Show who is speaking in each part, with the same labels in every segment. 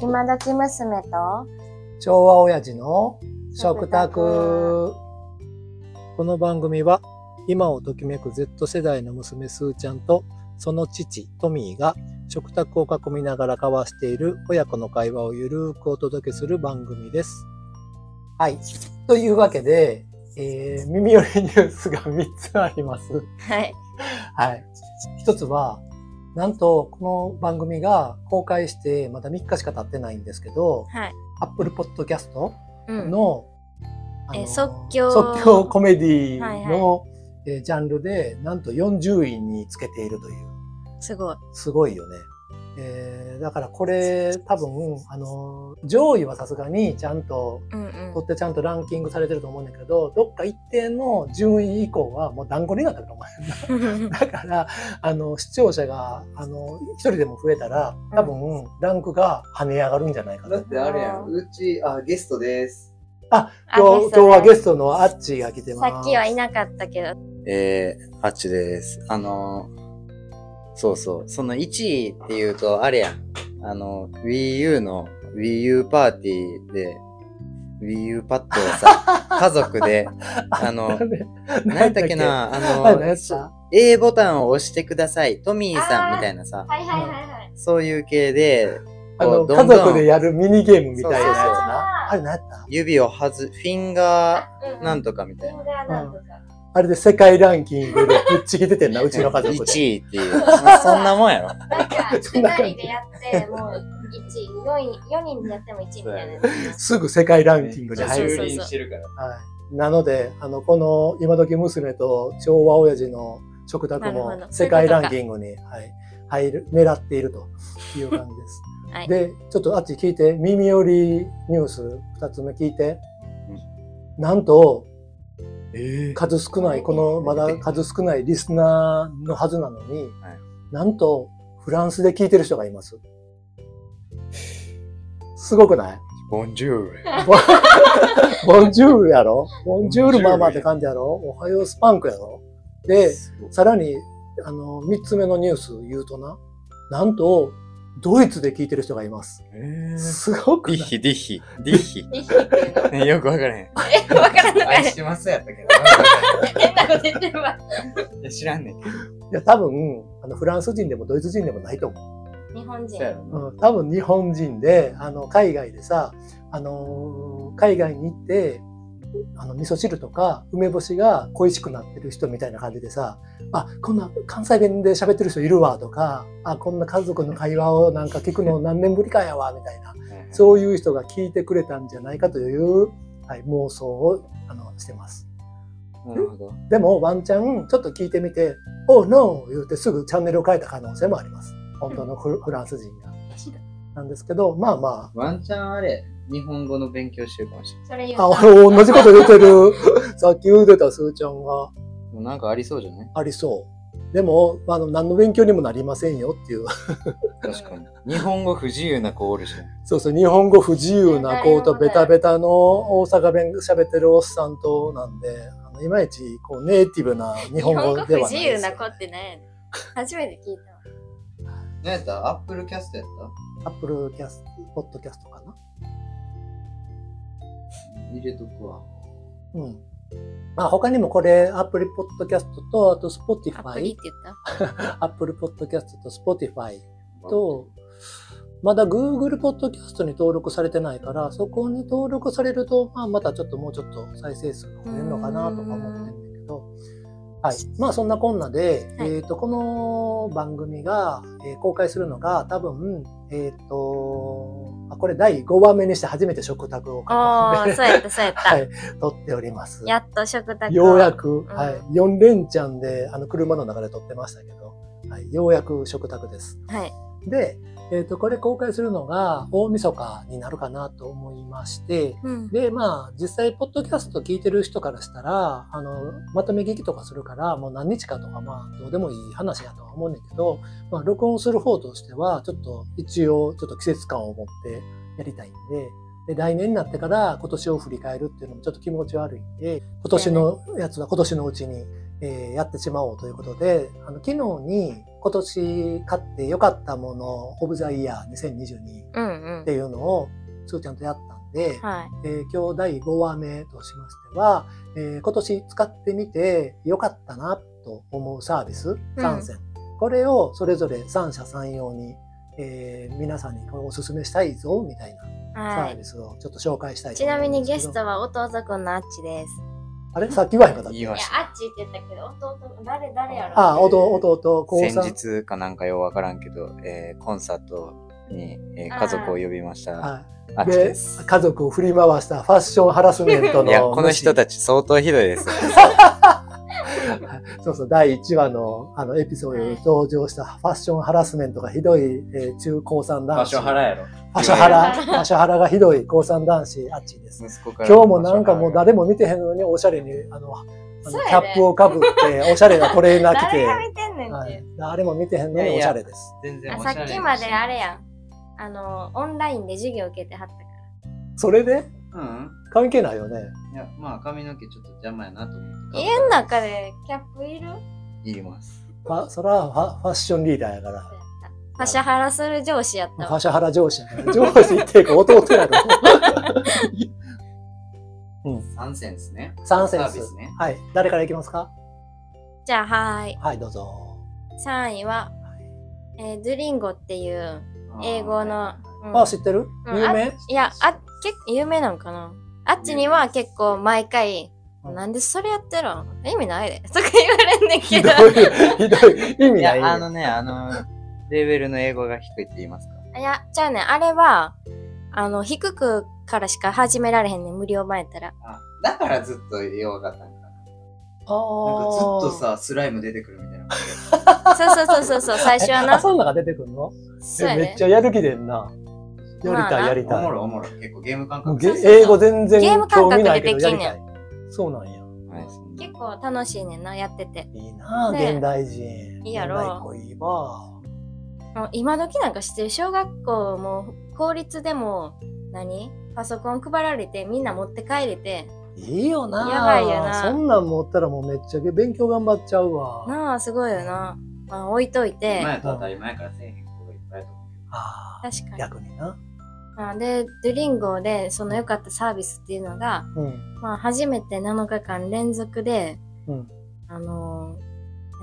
Speaker 1: 今時娘と
Speaker 2: 昭和親父の食卓この番組は今をときめく Z 世代の娘すーちゃんとその父トミーが食卓を囲みながら交わしている親子の会話をゆるーくお届けする番組です。はい。というわけで、えー耳寄りニュースが3つあります。
Speaker 1: はい
Speaker 2: はい。一つは、なんとこの番組が公開してまだ3日しか経ってないんですけど、
Speaker 1: はい、
Speaker 2: Apple Podcast
Speaker 1: うん、
Speaker 2: の,、あ
Speaker 1: え
Speaker 2: の
Speaker 1: ー即興
Speaker 2: 即興コメディの、
Speaker 1: は
Speaker 2: えージャンルでなんと40位につけているという
Speaker 1: すごい
Speaker 2: すごいよね。えーだからこれ多分あの上位はさすがにちゃんと
Speaker 1: うん
Speaker 2: 取ってちゃんとランキングされてると思うんだけどどっか一定の順位以降はもう団子になってると思う。
Speaker 1: うん
Speaker 2: だからあの視聴者があの一人でも増えたら多分ランクが跳ね上がるんじゃないか
Speaker 3: だ
Speaker 2: な
Speaker 3: っ。てあれやん、うち、あ、ゲストです。
Speaker 1: あ
Speaker 2: 今日今日はゲ
Speaker 1: ス
Speaker 2: ストのあっちが来て
Speaker 1: ト
Speaker 2: ま
Speaker 1: だ
Speaker 2: す。
Speaker 1: さっきはいなかったけど
Speaker 3: えー、あっちです。あのー、そうそう、その1位っていうと、あれやん、あの、Wii U の Wii U パーティーで、Wii U パッドを さ、家族で、あの、何やったっけな、あ
Speaker 2: あ何や
Speaker 3: の
Speaker 2: っ、た
Speaker 3: A ボタンを押してください、トミーさ
Speaker 1: あー
Speaker 3: んみたいなさ、
Speaker 1: はいはいはいはい
Speaker 3: そういう系で、
Speaker 2: あ
Speaker 3: こ
Speaker 2: の
Speaker 3: うど
Speaker 2: 家
Speaker 3: んどん
Speaker 2: 族でやるミニゲームみたいなやつ
Speaker 3: そうそうそう
Speaker 2: な。あれ何やった
Speaker 3: 指を外す、フィンガ
Speaker 1: うんう
Speaker 3: ーなんとかみたいな。
Speaker 1: がなんとか
Speaker 2: あれで世界ランキングでぶっちぎっててんな、うちの家族で。
Speaker 3: 1位っていう、まあそんなもんやろ。
Speaker 1: なんか2
Speaker 2: そんな感じ
Speaker 1: 人でやってもう1 4人4人でやっても1位みたいなやつ
Speaker 2: すぐ世界ランキングに入
Speaker 1: そうそう
Speaker 2: る。
Speaker 1: そう
Speaker 3: てるから。
Speaker 2: はい、なので、あの、この今時娘と昭和親父の食卓
Speaker 1: なる
Speaker 2: も
Speaker 1: ほど
Speaker 2: 世界ランキングに、はい、入る、狙っているという感じです。
Speaker 1: はい
Speaker 2: で、ちょっとあっち聞いて、耳寄りニュース2つ目聞いて、なんと、
Speaker 3: え
Speaker 2: 数少ない、このまだ数少ないリスナーのはずなのに、
Speaker 3: はい
Speaker 2: なんとフランスで聞いてる人がいます。すごくない
Speaker 3: ボンジュール。
Speaker 2: ボンジュールやろボンジュールママって感じやろおはようスパンクやろで、さらに、あの、三つ目のニュース言うとな、なんと、ドイツで聞いてる人がいます。
Speaker 3: えー
Speaker 2: すごく
Speaker 3: ディ
Speaker 2: ない
Speaker 3: ッヒ、ディッヒ、ディッヒ。
Speaker 1: リヒっていうの
Speaker 3: ね よくわからへん。
Speaker 1: え分からんのかい
Speaker 3: てますやったけ
Speaker 1: 変なこと言ってるわ
Speaker 3: ど。いや知らんねん。
Speaker 2: いや、多分、あの、フランス人でもドイツ人でもないと思う。
Speaker 1: 日本人
Speaker 3: そうやろな。
Speaker 2: うん、多分日本人であの海外でさ、あのー海外に行ってあの味噌汁とか梅干しが恋しくなってる人みたいな感じでさあこんな関西弁で喋ってる人いるわとかあこんな家族の会話をなんか聞くの何年ぶりかやわみたいなそういう人が聞いてくれたんじゃないかという、はい、妄想をあのしてます。
Speaker 3: なるほど。
Speaker 2: でもワンチャンちょっと聞いてみて「おうノー」言うてすぐチャンネルを変えた可能性もあります本当のフフランス人が。なんですけどまあまあ
Speaker 3: ワンチャンあれ、日本語の勉強してるかもしれな
Speaker 1: それ言う
Speaker 2: あ、
Speaker 1: と
Speaker 2: 俺同じこと言ってる。 さっき言うてたすーちゃんが
Speaker 3: い。もうなんかありそうじゃない
Speaker 2: ありそう。でも、あの、何の勉強にもなりませんよっていう。
Speaker 3: 確かに。 日本語不自由な子おるし。
Speaker 2: そうそう、日本語不自由な子とベタベタの大阪弁喋ってるおっさんとなんで、あのいまいちこうネイティブな日
Speaker 1: 日
Speaker 2: 本
Speaker 1: 本
Speaker 2: 語
Speaker 1: 語
Speaker 2: で
Speaker 1: 不
Speaker 2: はない
Speaker 1: 自由
Speaker 2: です
Speaker 1: な
Speaker 2: よ。
Speaker 1: 子って何やねん初めて聞いたわ
Speaker 3: 何やったアップルキャストやっ
Speaker 2: アップルキャスポッドキャストかな。
Speaker 3: た入れとくわ。
Speaker 2: うん。まあ他にもこれ、アップルポッドキャストと、あとスポティフ
Speaker 1: アプ
Speaker 2: ァ
Speaker 1: リっ
Speaker 2: イ
Speaker 1: て言った
Speaker 2: アップルポッドキャストと Spotify と、まだ Google ポッドキャストに登録されてないから、そこに登録されると、まあ、またちょっともうちょっと再生数が増えるのかなとか思ってるんだけど、はい。まあ、そんなこんなで、
Speaker 1: はい
Speaker 2: えっ、と、この番組が、えー公開するのが、多分、えっ、と、あこれ第5番目にして初めて食卓を
Speaker 1: お ー、そうやった、そうやった。
Speaker 2: はい撮っております。
Speaker 1: やっと食卓を
Speaker 2: ようやく、はい
Speaker 1: うん、
Speaker 2: 4連チャンであの車の中で撮ってましたけど、はい、ようやく食卓です。
Speaker 1: はい。
Speaker 2: で、えー、とこれ公開するのが大晦日になるかなと思いまして
Speaker 1: うん。
Speaker 2: でまあ実際ポッドキャスト聞いてる人からしたらあのまとめ劇とかするからもう何日かとかまあどうでもいい話やとは思うんだけど、まあ、録音する方としてはちょっと一応ちょっと季節感を持ってやりたいんで。で来年になってから今年を振り返るっていうのもちょっと気持ち悪いんで今年のやつは今年のうちに、えーやってしまおうということであの昨日に今年買ってよかったもの、オブザイヤー2022っ
Speaker 4: うんう
Speaker 2: て
Speaker 4: ん。
Speaker 2: いうのを、すーちゃんとやったんで、
Speaker 4: はい。
Speaker 2: えー今日第5話目としましては、えー今年使ってみてよかったなと思うサービス3選、これをそれぞれ三者三様に、えー皆さんにこれおすすめしたいぞみたいなサ
Speaker 4: は
Speaker 2: ービスをちょっと紹介したい
Speaker 4: い。
Speaker 2: と
Speaker 4: ち
Speaker 2: 思
Speaker 4: なみ
Speaker 2: うんで
Speaker 4: に
Speaker 2: すけど
Speaker 4: ゲストは弟くんのあっちです。
Speaker 2: あれさっき言わへんかったっ
Speaker 3: 言
Speaker 2: け
Speaker 3: いま
Speaker 1: いや
Speaker 3: した。
Speaker 1: あっちって言ったけど弟誰誰やろ
Speaker 2: ああ、弟、弟、高
Speaker 3: 先
Speaker 2: 3。
Speaker 3: 日かなんかようわからんけど、えーコンサートに、えー家族を呼びました。
Speaker 2: は
Speaker 3: あっ
Speaker 2: い。
Speaker 3: ち
Speaker 2: で
Speaker 3: で、す。
Speaker 2: 家族を振り回したファッションハラスメントの。
Speaker 3: いや、この人たち相当ひどいです。
Speaker 2: そうそう、第1話のあのエピソードに登場したファッションハラスメントがひどい、えー中高3男子。
Speaker 3: やろ。
Speaker 2: ファッションハラ、ファッションハラがひどい高3男子、あっちです。
Speaker 3: 息子から。
Speaker 2: 今日もなんかもう誰も見てへんのに、おしゃれに、あの、あ
Speaker 1: そ
Speaker 2: の
Speaker 1: うやね
Speaker 2: キャップをかぶって、おしゃれなトレーナー着
Speaker 4: 誰
Speaker 2: て、
Speaker 4: が見てんねんっ
Speaker 2: は
Speaker 4: て
Speaker 2: い。誰も見てへんのにおしゃれです。
Speaker 3: 全然
Speaker 4: あさっきまであれやん。あの、オンラインで授業受けてはったか
Speaker 2: それで
Speaker 3: うん。
Speaker 2: 関係ないよね。
Speaker 3: いや、まあ髪の毛ちょっと邪魔やなと思っ
Speaker 4: ら。
Speaker 3: て。
Speaker 4: 家の中でキャップいる
Speaker 3: いります。
Speaker 2: まあ、それはファファッションリーダーやから。
Speaker 4: パシャハラする上司やっ
Speaker 2: フ
Speaker 4: た
Speaker 2: ァ
Speaker 4: わ。
Speaker 2: シャハラ上司やから。上司っていうか弟やろ。
Speaker 3: 三センスね。
Speaker 2: 3セ
Speaker 3: サ
Speaker 2: ン
Speaker 3: ービ
Speaker 2: ス
Speaker 3: ス。ね。
Speaker 2: はい。誰からいきますか
Speaker 4: じゃあ、はーい。
Speaker 2: はい、どうぞ。
Speaker 4: 3位は、えードゥリンゴっていう英語の。うん
Speaker 2: あ、知ってる
Speaker 4: うん
Speaker 2: 有名
Speaker 4: いや、あ、結構有名なんかな。あっちには結構毎回、なんでそれやってるん意味ないで。と か言われんねんけ
Speaker 2: ひ
Speaker 4: ど
Speaker 2: ど。い、 ひどい。意味
Speaker 3: い
Speaker 2: ない
Speaker 3: や、あ
Speaker 2: よ。
Speaker 3: のね、あの、レベルの英語が低いって言いますか。
Speaker 4: いや、じゃあねん、あれは、あの、低くからしか始められへんねん、無料前やったら。
Speaker 3: あだからずっと弱かったんかな。なん
Speaker 2: あ
Speaker 3: かず
Speaker 2: ー
Speaker 3: っとさ、スライム出てくるみたいな感じ。
Speaker 4: そうそうそうそうそ う、最初は
Speaker 2: あ、
Speaker 4: な。
Speaker 2: そんなが出てくるの
Speaker 4: そうや
Speaker 2: めっ
Speaker 4: ね
Speaker 2: ち。ゃやる気でんな。やり
Speaker 4: まあ
Speaker 2: たい、
Speaker 4: な
Speaker 2: やり
Speaker 3: お
Speaker 2: たい
Speaker 3: も。ろいおもろい。結構ゲーム感
Speaker 2: もう
Speaker 4: そ
Speaker 2: げ
Speaker 3: 覚
Speaker 4: うそうそう
Speaker 2: 英語全然
Speaker 4: ゲーム感
Speaker 2: 興
Speaker 4: 覚
Speaker 2: 味
Speaker 4: で
Speaker 2: ないけどや
Speaker 4: でき
Speaker 2: り
Speaker 4: んねん
Speaker 2: たい。そうなんや。
Speaker 3: はいそんな
Speaker 4: 結構楽しいねんな、やってて。
Speaker 2: いいなあ、
Speaker 4: ね
Speaker 2: 現代人。
Speaker 4: いいやろ
Speaker 2: 現代っ子いいわ。
Speaker 4: もう今時なんか知ってる小学校も公立でも何パソコン配られてみんな持って帰れて
Speaker 2: いいよなあ。
Speaker 4: やばいよな
Speaker 2: そんなん持ったらもうめっちゃ勉強頑張っちゃうわ。
Speaker 4: なあすごいよな、まあ、置いといて
Speaker 3: 今やと当たり前からせえへん子がいっぱいやと思う
Speaker 2: ああ、
Speaker 4: 確かに、
Speaker 2: 逆にな。
Speaker 4: まあ、でドゥリンゴでその良かったサービスっていうのが、
Speaker 2: うん。
Speaker 4: まあ、初めて7日間連続で、
Speaker 2: うん
Speaker 4: あの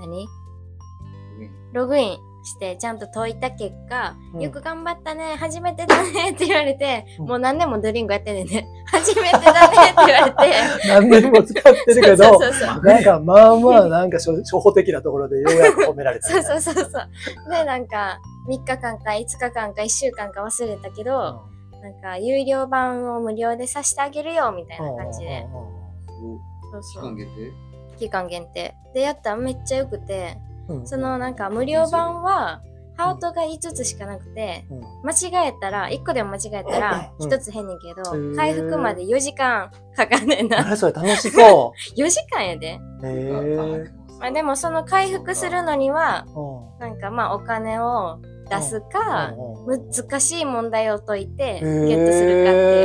Speaker 4: ー何
Speaker 3: けど。
Speaker 4: ログインしてちゃんと解いた結果、
Speaker 2: うん
Speaker 4: よく頑張ったね初めてだねって言われて、
Speaker 2: うん
Speaker 4: もう何年もドゥリンゴやってんねんね 初めてだねって言われて
Speaker 2: 何年も使ってるけど、
Speaker 4: そうそうそうそう
Speaker 2: なんかまあまあなんか初 初歩的なところでようやく褒められた
Speaker 4: そ
Speaker 2: み
Speaker 4: う
Speaker 2: たい
Speaker 4: そ
Speaker 2: な。
Speaker 4: うそうそう。で、なんか、3日間か5日間か1週間か忘れたけど、なんか、有料版を無料でさせてあげるよ、みたいな感じで。そう
Speaker 3: 期
Speaker 4: そ
Speaker 3: 間
Speaker 4: う。
Speaker 3: 限定
Speaker 4: 期間限定。で、やったらめっちゃよくて、
Speaker 2: うん。
Speaker 4: その、なんか、無料版は、ハートが5つしかなくて、
Speaker 2: うん、
Speaker 4: 間違えたら、1個でも間違えたら、
Speaker 2: うん
Speaker 4: 1つ変ねんけ
Speaker 2: へ
Speaker 4: ど、
Speaker 2: ー
Speaker 4: 回復まで4時間かかんねん な。
Speaker 2: 何それ楽しそ
Speaker 4: 4時間やで。
Speaker 2: う。へえ
Speaker 3: え
Speaker 4: まあ、でも、その回復するのには、
Speaker 2: うん
Speaker 4: なんか、まあ、お金を出すか、難しい問題を解いてゲ
Speaker 2: う
Speaker 4: ット
Speaker 2: ん
Speaker 4: するかってい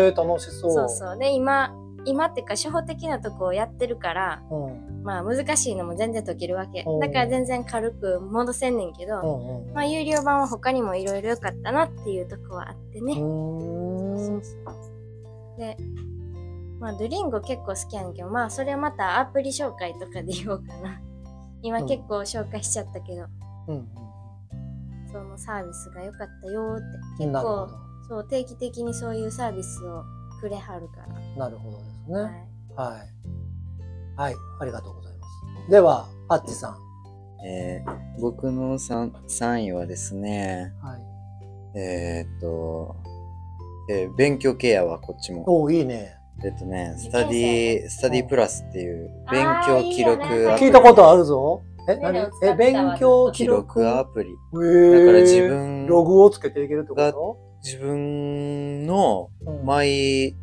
Speaker 2: へ
Speaker 4: う。
Speaker 2: ー楽しそう。
Speaker 4: そうそう。で、今、今っていうか、初歩的なとこをやってるから、
Speaker 2: うん。
Speaker 4: まあ難しいのも全然解けるわけ
Speaker 2: お。う
Speaker 4: だから全然軽く戻せんねんけ
Speaker 2: う
Speaker 4: ど、
Speaker 2: んうん
Speaker 4: まあ有料版は他にもいろいろ良かったなっていうとこはあって
Speaker 2: う
Speaker 4: ね。
Speaker 2: ーん
Speaker 4: で、まあドリンゴ結構好きやねんけど、まあそれはまたアプリ紹介とかで言おうか な。今
Speaker 2: うん
Speaker 4: 結構紹介しちゃったけど、
Speaker 2: うんうん
Speaker 4: そのサービスが良かったよーって。
Speaker 2: なるほど。
Speaker 4: そう、定期的にそういうサービスをくれはるから。
Speaker 2: なるほどです
Speaker 4: は
Speaker 2: ね。
Speaker 4: い
Speaker 2: はい。はい。ありがとうございます。では、パッチさん。
Speaker 3: えー僕の 3, 3位はですね、
Speaker 2: はい。
Speaker 3: えーっと、えー勉強ケアはこっちも。
Speaker 2: おお、いいね。
Speaker 3: えっとね、ス
Speaker 1: 受験生
Speaker 3: タディ、スタディプラスっていう勉
Speaker 1: あ
Speaker 3: 強
Speaker 1: ーいい
Speaker 3: 記
Speaker 1: よ
Speaker 3: 録
Speaker 1: ね
Speaker 3: ア
Speaker 1: はい
Speaker 3: プ
Speaker 2: 聞
Speaker 3: リ。
Speaker 2: いたことあるぞ。え、
Speaker 1: ね
Speaker 2: 何
Speaker 1: でも使
Speaker 2: え、
Speaker 1: った
Speaker 2: 勉強記
Speaker 3: 記
Speaker 2: 録
Speaker 3: 録ア
Speaker 2: だ
Speaker 3: プリ。
Speaker 2: か
Speaker 3: だから自分、
Speaker 2: ログをつけていけるってこ
Speaker 3: 自分の
Speaker 2: とうん
Speaker 3: マイ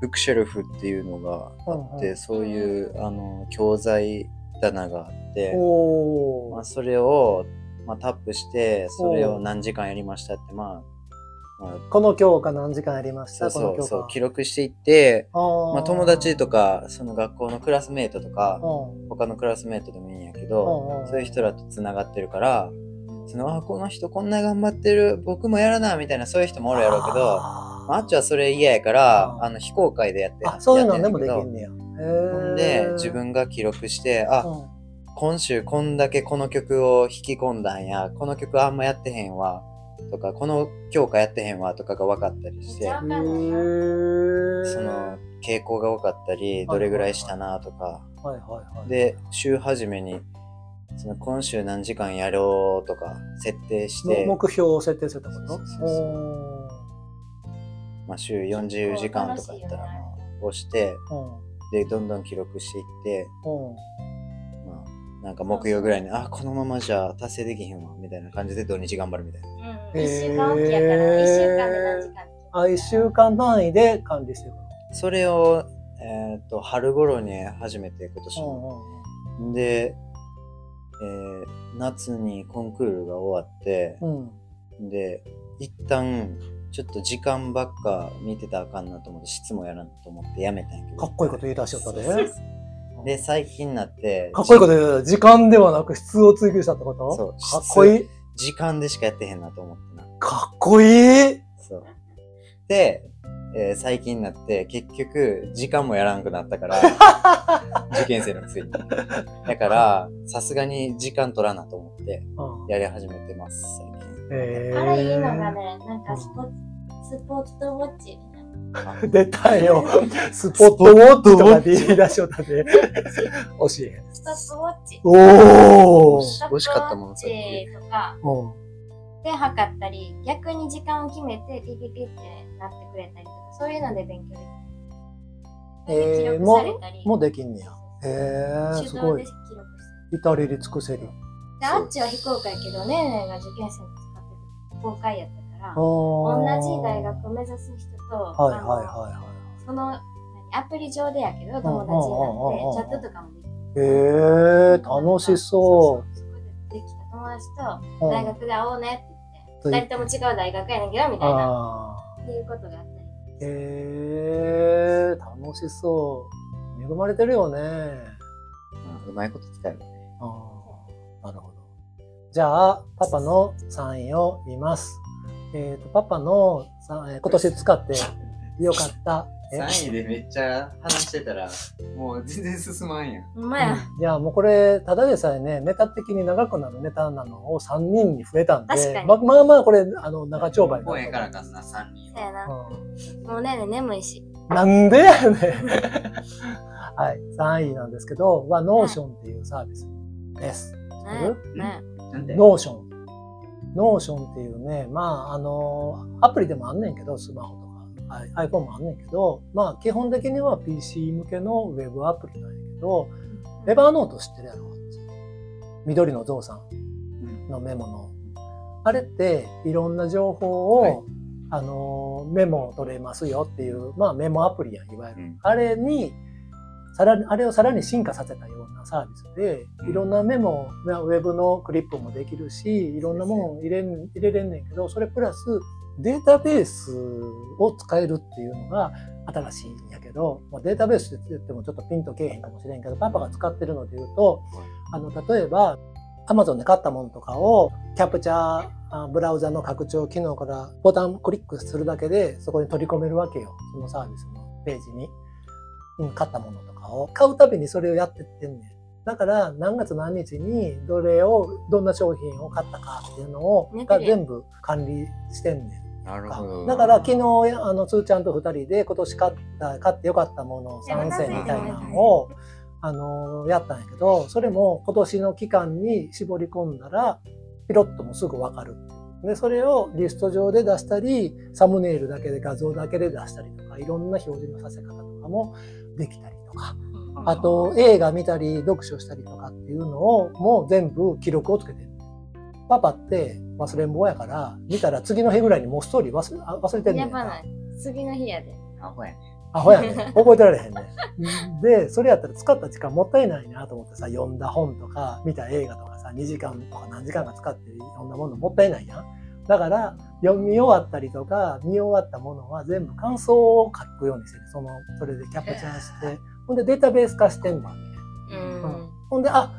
Speaker 3: ブックシェルフっていうのがあって、
Speaker 2: うんうん
Speaker 3: そういうあの教材棚があって、
Speaker 2: お
Speaker 3: ま
Speaker 2: お
Speaker 3: あ、。それを、まあ、タップしてそれを何時間やりましたってまあ、まあ、
Speaker 2: この教科何時間やりまし
Speaker 3: そ
Speaker 2: た
Speaker 3: うそうそ
Speaker 2: この
Speaker 3: う記
Speaker 2: 教
Speaker 3: 録していって、
Speaker 2: 科あー
Speaker 3: まあ、友達とかその学校のクラスメートとか
Speaker 2: うん
Speaker 3: 他のクラスメートでもいいんやけ
Speaker 2: う
Speaker 3: ど
Speaker 2: んうん
Speaker 3: そういう人らとつながってるからそのあこの人こんな頑張ってる僕もやらなみたいなそういう人もおるやろうけどま
Speaker 2: あ
Speaker 3: あ、あっちはそれ嫌やか
Speaker 2: あ
Speaker 3: ら
Speaker 2: ー
Speaker 3: あの非公開でやって
Speaker 2: あそういうので
Speaker 3: やっ
Speaker 2: も
Speaker 3: て
Speaker 2: で
Speaker 3: ん
Speaker 2: き
Speaker 3: ねん
Speaker 2: んねや。へ
Speaker 3: けどほ
Speaker 2: ー
Speaker 3: んで自分が記録してあ
Speaker 2: うん
Speaker 3: 今週こんだけこの曲を弾き込んだんやこの曲あんまやってへんわとかこの教科やってへんわとかが分かったりし
Speaker 1: めっ
Speaker 3: て
Speaker 1: ちゃ
Speaker 3: その傾向が多かったりどれぐらいしたなとか
Speaker 2: はいはいはい、
Speaker 3: で週初めにその今週何時間やろうとか設定して、
Speaker 2: 目標を設定するってこ
Speaker 3: そ
Speaker 2: と
Speaker 3: うそうそうそう
Speaker 2: お
Speaker 3: まあ、週40時間とかやっ
Speaker 1: 楽しいよね
Speaker 3: たらまあ押して
Speaker 2: ーうん
Speaker 3: でどんどん記録していって、
Speaker 2: うん
Speaker 3: まあ、なんか木曜ぐらいにあこのままじゃ達成できへんわみたいな感じで土日頑張るみたいな
Speaker 1: うん、一週間おきやから、一週間で何時間って決めた
Speaker 2: あ1週間単位で管理してるの
Speaker 3: それを、えー、と春頃に始めて今
Speaker 2: う
Speaker 3: 年の、
Speaker 2: んうん
Speaker 3: で、えー夏にコンクールが終わって、
Speaker 2: うん
Speaker 3: で一旦ちょっと時間ばっか見てたらあかんなと思って質問やらんと思ってやめたんやけど
Speaker 2: かっこいいこと言い出しちゃったで、
Speaker 3: そうそうそうで最近になって
Speaker 2: かっこいいこと言う時間ではなく質を追求したってこと
Speaker 3: そう
Speaker 2: かっこいい
Speaker 3: 時間でしかやってへんなと思ってな
Speaker 2: かっ こいい
Speaker 3: そうで、えー最近になって結局時間もやらんくなったから受験生のくせにだからさすがに時間取らなと思って
Speaker 2: うん
Speaker 3: やり始めてます最近
Speaker 2: えー
Speaker 1: あれいいのがね、なんかスポスポットウォッチみたいな。
Speaker 3: あ
Speaker 2: 出た よ。スポットウォッチとかで言い出しちゃったで。惜しい。
Speaker 1: ストップウォッチ。
Speaker 2: お
Speaker 3: 惜
Speaker 2: ー
Speaker 3: し美味しかったもの
Speaker 1: ス
Speaker 3: さ
Speaker 1: ト
Speaker 3: っ
Speaker 1: ッ
Speaker 3: き
Speaker 1: プウォッチとか
Speaker 2: うん
Speaker 1: で測ったり、逆に時間を決めてピピピってなってくれたりとか、そういうので勉強でき記
Speaker 2: えー
Speaker 1: 録されたり、
Speaker 2: もうできんねや。へえ、
Speaker 1: 手
Speaker 2: す
Speaker 1: 動
Speaker 2: ご
Speaker 1: で
Speaker 2: い
Speaker 1: 記。録してる。
Speaker 2: 至れり尽くせり。
Speaker 1: で、あっちは非公開やけど、ねーねーが受験生に使ってる公開やったから、同
Speaker 2: 同
Speaker 1: じ大学を目指す人と、
Speaker 2: はいはい
Speaker 1: あ
Speaker 2: は
Speaker 1: のその何アプリ上でやけど、友
Speaker 2: うんうんうんうんうん
Speaker 1: 達になって、チャットとかもできる。
Speaker 2: いはい。へえ、楽しそう。
Speaker 1: う。そこでできた友達と、
Speaker 2: うん
Speaker 1: 大学で会おうねって
Speaker 2: うん
Speaker 1: 言って、二人とも違う大学やねんけど、みたいな、
Speaker 2: あ
Speaker 1: っていうことがあったり。
Speaker 2: ーへえ、楽しそう。恵まれてるよね。
Speaker 3: うんうまいこと使える
Speaker 2: あーなるほど。じゃあ、パパのサインを言います。えっ、と、パパのさえー今年使ってよかった。え
Speaker 3: 3位でめっちゃ話してたら、もう全然進まんやん。
Speaker 1: ほんまや。
Speaker 2: いやもうこれただでさえねネタ的に長くなるネタなのを3人に増えたん
Speaker 1: 確か
Speaker 2: で
Speaker 1: に
Speaker 2: ままあまあこれあの長丁場にな
Speaker 3: 公園
Speaker 2: る
Speaker 3: からかんな、3人
Speaker 1: そうや
Speaker 3: は。
Speaker 1: な。
Speaker 2: うん
Speaker 1: もうねーねー眠いし。
Speaker 2: なんでやねん はい3位なんですけどはノーションっていうサービスです、
Speaker 1: ねね
Speaker 3: なんで
Speaker 2: ノーションノーションっていうねまああのアプリでもあんねんけどスマホとかアイ iPhone もあんねんけどまあ基本的には PC 向けのウェブアプリなんやけどエバーノート知ってるやろ緑のゾウさん
Speaker 3: うん
Speaker 2: のメモの。あれっていろんな情報を、
Speaker 3: はい
Speaker 2: あのーメモを取れますよっていう、まあ、メモアプリやんいわゆる、
Speaker 3: うん
Speaker 2: あれにさらにあれをさらに進化させたようなサービスで
Speaker 3: うん
Speaker 2: いろんなメモ、まあウェブのクリップもできるしいろんなものを入れん入れれんねんけどそれプラスデータベースを使えるっていうのが新しいんやけど、まあ、データベースって言ってもちょっとピンとけえへんかもしれんけどパパが使ってるので言うとあの例えば Amazon で買ったものとかをキャプチャーあブラウザの拡張機能からボタンクリックするだけでそこに取り込めるわけよそのサービスのページに、うん、買ったものとかを買うたびにそれをやってってんねんだから何月何日にどれをどんな商品を買ったかっていうのを
Speaker 1: 見て
Speaker 2: が
Speaker 1: る
Speaker 2: 全部管理してんねん
Speaker 3: なる
Speaker 2: か
Speaker 3: ほど。
Speaker 2: だから昨日あのつーちゃんと2人で今年買った買ってよかったものを参戦みたいなのをあのやったんやけどそれも今年の期間に絞り込んだらピロッともうすぐ分かるでそれをリスト上で出したりサムネイルだけで画像だけで出したりとかいろんな表示のさせ方とかもできたりとかあと映画見たり読書したりとかっていうのをもう全部記録をつけてるパパって忘れん坊やから見たら次の日ぐらいにもうストーリー忘れあ忘れてんね
Speaker 1: や
Speaker 2: ん
Speaker 1: ばない。次の日やで。
Speaker 3: アホやね。
Speaker 2: アホやね覚えてられへんねでそれやったら使った時間もったいないなと思ってさ読んだ本とか見た映画とかさ2時間とか何時間か使って読んだものもったいないやんだから読み終わったりとか見終わったものは全部感想を書くようにしてるそのそれでキャプチャーしてほんでデータベース化してんねん
Speaker 1: うん。
Speaker 2: ほんで、あ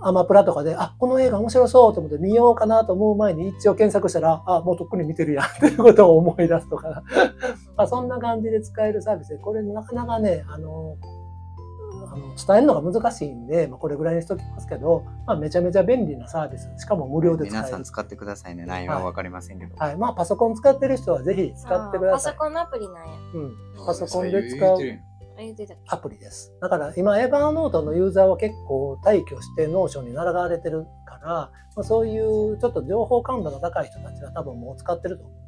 Speaker 2: アマプラとかで、あ、この映画面白そうと思って見ようかなと思う前に一応検索したら、あ、もうとっくに見てるやん っていうことを思い出すとか、 まあそんな感じで使えるサービスで、これなかなかね、あの、あの伝えるのが難しいんで、まあ、これぐらいにしときますけど、まあ、めちゃめちゃ便利なサービス、しかも無料で使
Speaker 3: 皆
Speaker 2: え
Speaker 3: さ
Speaker 2: る
Speaker 3: ん。使ってくださいね。内容はわかりませんけど。
Speaker 2: はい。まあ、パソコン使ってる人はぜひ使ってくださ
Speaker 4: あーパソ
Speaker 2: い。
Speaker 4: コンのアプリなんや。
Speaker 2: うん。パソコンで使う
Speaker 4: あ言うてたっけ
Speaker 2: アプリです。だから今、エヴァーノートのユーザーは結構退去してノーションに習われてるから、まあ、そういうちょっと情報感度が高い人たちは多分もう使ってると思う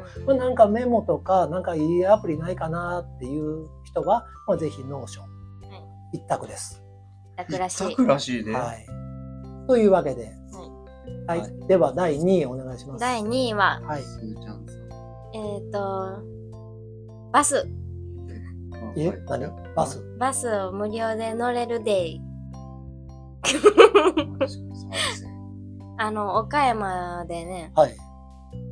Speaker 2: んだけど、まあ、なんかメモとか、なんかいいアプリないかなっていう人は、まあ、ぜひノーション
Speaker 4: はい
Speaker 2: 一択です。
Speaker 4: 楽らしい。
Speaker 3: らしいね
Speaker 2: はい。というわけで、はい。
Speaker 3: はい
Speaker 2: では、第2位お願いします。
Speaker 4: 第2位は、
Speaker 2: はい。
Speaker 3: すーちゃんさん
Speaker 4: えっ、ー、と、バス。
Speaker 2: え
Speaker 3: はい、
Speaker 2: 何バス。
Speaker 4: バスを無料で乗れるデイ。
Speaker 3: 確かにそうですね
Speaker 4: あの、岡山でね、
Speaker 2: はい。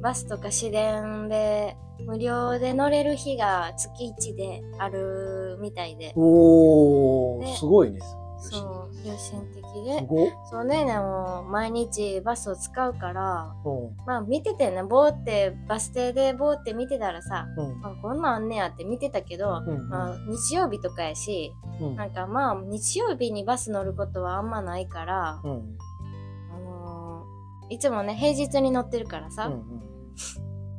Speaker 4: バスとか市電で無料で乗れる日が月1であるみたいで、
Speaker 2: お
Speaker 4: ね
Speaker 2: ー、すごいね。
Speaker 4: そう、良心的
Speaker 2: す
Speaker 4: で、
Speaker 2: ごっ。
Speaker 4: そうね、でも毎日バスを使うから、
Speaker 2: うん
Speaker 4: まあ見ててね、ぼーって、バス停でぼーって見てたらさ、
Speaker 2: うん。
Speaker 4: あこんなんあんねやって見てたけど、
Speaker 2: うん
Speaker 4: まあ、日曜日とかやし、
Speaker 2: うん
Speaker 4: なんかまあ日曜日にバス乗ることはあんまないから、
Speaker 2: うん
Speaker 4: あのーいつもね平日に乗ってるから
Speaker 2: う
Speaker 4: さ、
Speaker 2: ん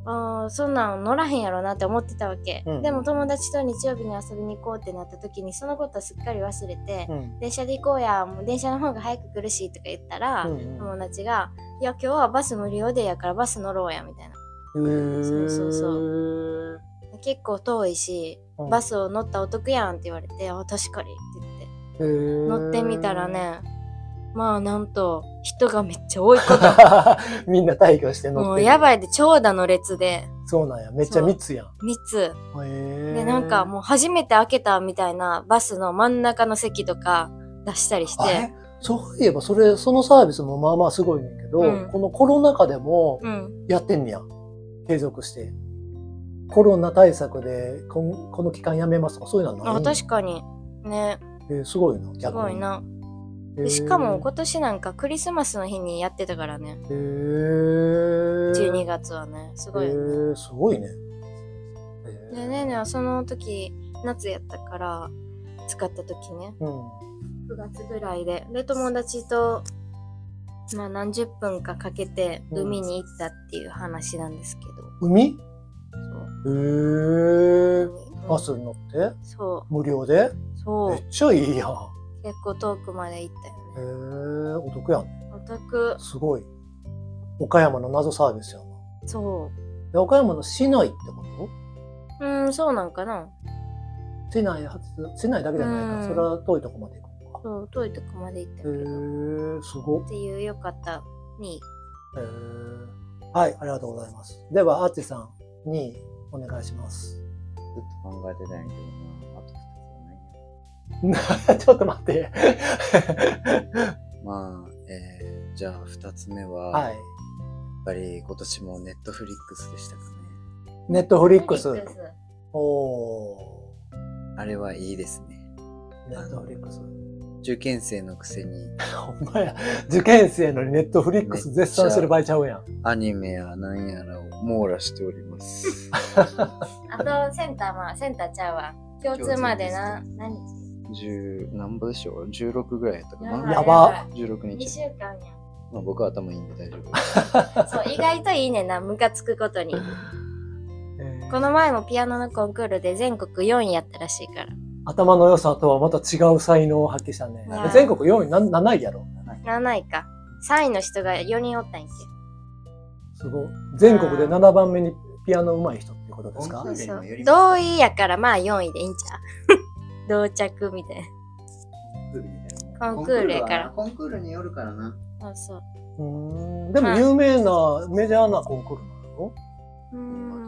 Speaker 4: あーそんなん乗らへんやろなって思ってたわけ、
Speaker 2: うん
Speaker 4: でも友達と日曜日に遊びに行こうってなった時にそのことはすっかり忘れて、
Speaker 2: うんうん
Speaker 4: 電車で行こうやもう電車の方が早く来るしとか言ったら、
Speaker 2: うん
Speaker 4: 友達が「いや今日はバス無料でやからバス乗ろうや」みたいな
Speaker 2: うん
Speaker 4: そうそうそう結構遠いし
Speaker 2: ん
Speaker 4: バスを乗ったらお得やんって言われて「あ確かに」って言って乗
Speaker 2: 乗
Speaker 4: ってみたらねまあなんと人がめっちゃ多いこと
Speaker 2: みんな退去して乗って
Speaker 4: もうやば
Speaker 2: い
Speaker 4: いで長蛇の列で
Speaker 2: そうなんやめっちゃ密やん
Speaker 4: 密
Speaker 2: へー
Speaker 4: でなんかもう初めて開けたみたいなバスの真ん中の席とか出したりし
Speaker 2: あ
Speaker 4: て
Speaker 2: れそういえばそれそのサービスもまあまあすごいねんけど、
Speaker 4: うん
Speaker 2: このコロナ禍でも
Speaker 4: うん
Speaker 2: やってんねや継続してコロナ対策でこんこの期間やめますとかそういうのはな
Speaker 4: あ
Speaker 2: い
Speaker 4: 確かにね
Speaker 2: えーすごいな逆に
Speaker 4: すごいなで
Speaker 2: へー
Speaker 4: しかも今年なんかクリスマスの日にやってたからね
Speaker 2: へー
Speaker 4: 12月はねすごい
Speaker 2: へ
Speaker 4: よね
Speaker 2: ーすごいね。
Speaker 4: でねねその時夏やったから使った時ね
Speaker 2: うん。
Speaker 4: 9月ぐらいでで友達と、まあ、何十分かかけて
Speaker 2: うん
Speaker 4: 海に行ったっていう話なんですけど、
Speaker 2: 海へ
Speaker 4: そう
Speaker 2: ー。
Speaker 4: うん
Speaker 2: バスに乗って
Speaker 4: そ
Speaker 2: 無料で
Speaker 4: うそ
Speaker 2: め
Speaker 4: う
Speaker 2: っちゃいいやん。
Speaker 4: 結構遠くまで行ったよ
Speaker 2: へ
Speaker 4: ね
Speaker 2: ー。お得やん。
Speaker 4: お得
Speaker 2: すごい。岡山の謎サービスやな。
Speaker 4: そ
Speaker 2: で岡山の市内ってこと
Speaker 4: ううんそうなんかな
Speaker 2: 市内初、市内だけじゃないか。
Speaker 4: うん
Speaker 2: それは遠いとこまで行くのか。
Speaker 4: そう遠いとこまで行った
Speaker 2: へ
Speaker 4: けどっ
Speaker 2: ー。すごっ。
Speaker 4: ていうよかったに
Speaker 2: へー。はい、ありがとうございます。では、アーチさんにお願いします。
Speaker 3: ずっと考えてたんやけどな。あと二つはないな
Speaker 2: ちょっと待って。
Speaker 3: まあ、えー、じゃあ二つ目は、
Speaker 2: は
Speaker 3: やっ
Speaker 2: い。
Speaker 3: ぱり今年もネットフリックスでしたかね。
Speaker 2: ネットフリックス。
Speaker 4: Netflix
Speaker 2: おお
Speaker 3: あれはいいですね。
Speaker 2: ー。ネットフリックス。
Speaker 3: 受験生のくせに
Speaker 2: ほんまや。受験生のにネットフリックス絶賛してる場合ちゃうやん。
Speaker 3: アニメやなんやらを網羅してお ります。
Speaker 4: あとセンターまあセンターちゃうわ共通までな
Speaker 3: 共
Speaker 4: 何日
Speaker 3: 十何歩でしょう ?16 ぐらいやったかな
Speaker 2: やば
Speaker 3: 16
Speaker 4: 2
Speaker 3: 日
Speaker 4: 週。間や
Speaker 3: まあ僕は頭いいんで大丈夫。
Speaker 4: そう意外といいねんなムカつくことに
Speaker 2: えー
Speaker 4: この前もピアノのコンクールで全国4位やったらしいから。
Speaker 2: 頭の良さとはまた違う才能を発揮したね
Speaker 4: いや。ー
Speaker 2: 全国4位、な7位やろ。
Speaker 4: 7位か。3位の人が4人おったんやっ
Speaker 2: すごい。全国で7番目にピアノ上手い人っていうことですか
Speaker 3: 本当
Speaker 4: け。
Speaker 3: に
Speaker 4: そう
Speaker 3: よりも
Speaker 4: 同位やからまあ4位でいいんちゃう 同着みたいコンクールやから
Speaker 3: コンクールによるからな。
Speaker 4: な。そうそう
Speaker 2: ーんでも有名なメジャーなコンクールなの
Speaker 4: う。うーん。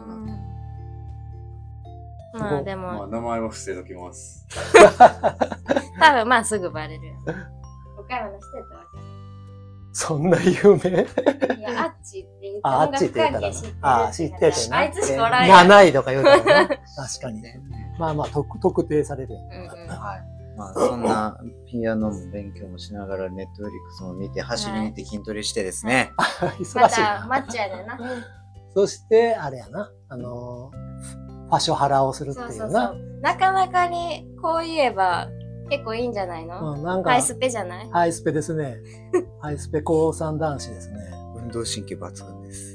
Speaker 2: すごい
Speaker 4: まあで
Speaker 5: まあ、
Speaker 4: も、
Speaker 5: 名前は伏せとき ます。
Speaker 4: 多分まあすぐバレるよ。 岡山の人やったらわ
Speaker 2: そんな有名
Speaker 4: かる。いや、あっちって言って
Speaker 2: あ、あっちって言ったらな。ああ、知っててな。
Speaker 4: あいつしかおらんやん。
Speaker 2: 7位とか言うからな。確かに。まあまあ、特特定されるよね。
Speaker 4: うんうん
Speaker 2: はい。
Speaker 3: まあそんなピアノも勉強もしながらネットフリックスも見て走りに行って筋トレしてですね、
Speaker 2: 忙しい
Speaker 1: ま
Speaker 2: な
Speaker 1: たマッチョやねんな。
Speaker 2: そして、あれやな、あのー、ファショハラをするってい
Speaker 4: そう
Speaker 2: うな。
Speaker 4: そうそう。なかなかにこう言えば結構いいんじゃないの、
Speaker 2: うん、なんか、
Speaker 4: ハ
Speaker 2: ハイ
Speaker 4: イ
Speaker 2: ス
Speaker 4: スペじゃない
Speaker 2: ペで すね。ハイスペ高三男子ですね。
Speaker 3: 運動神経抜群です。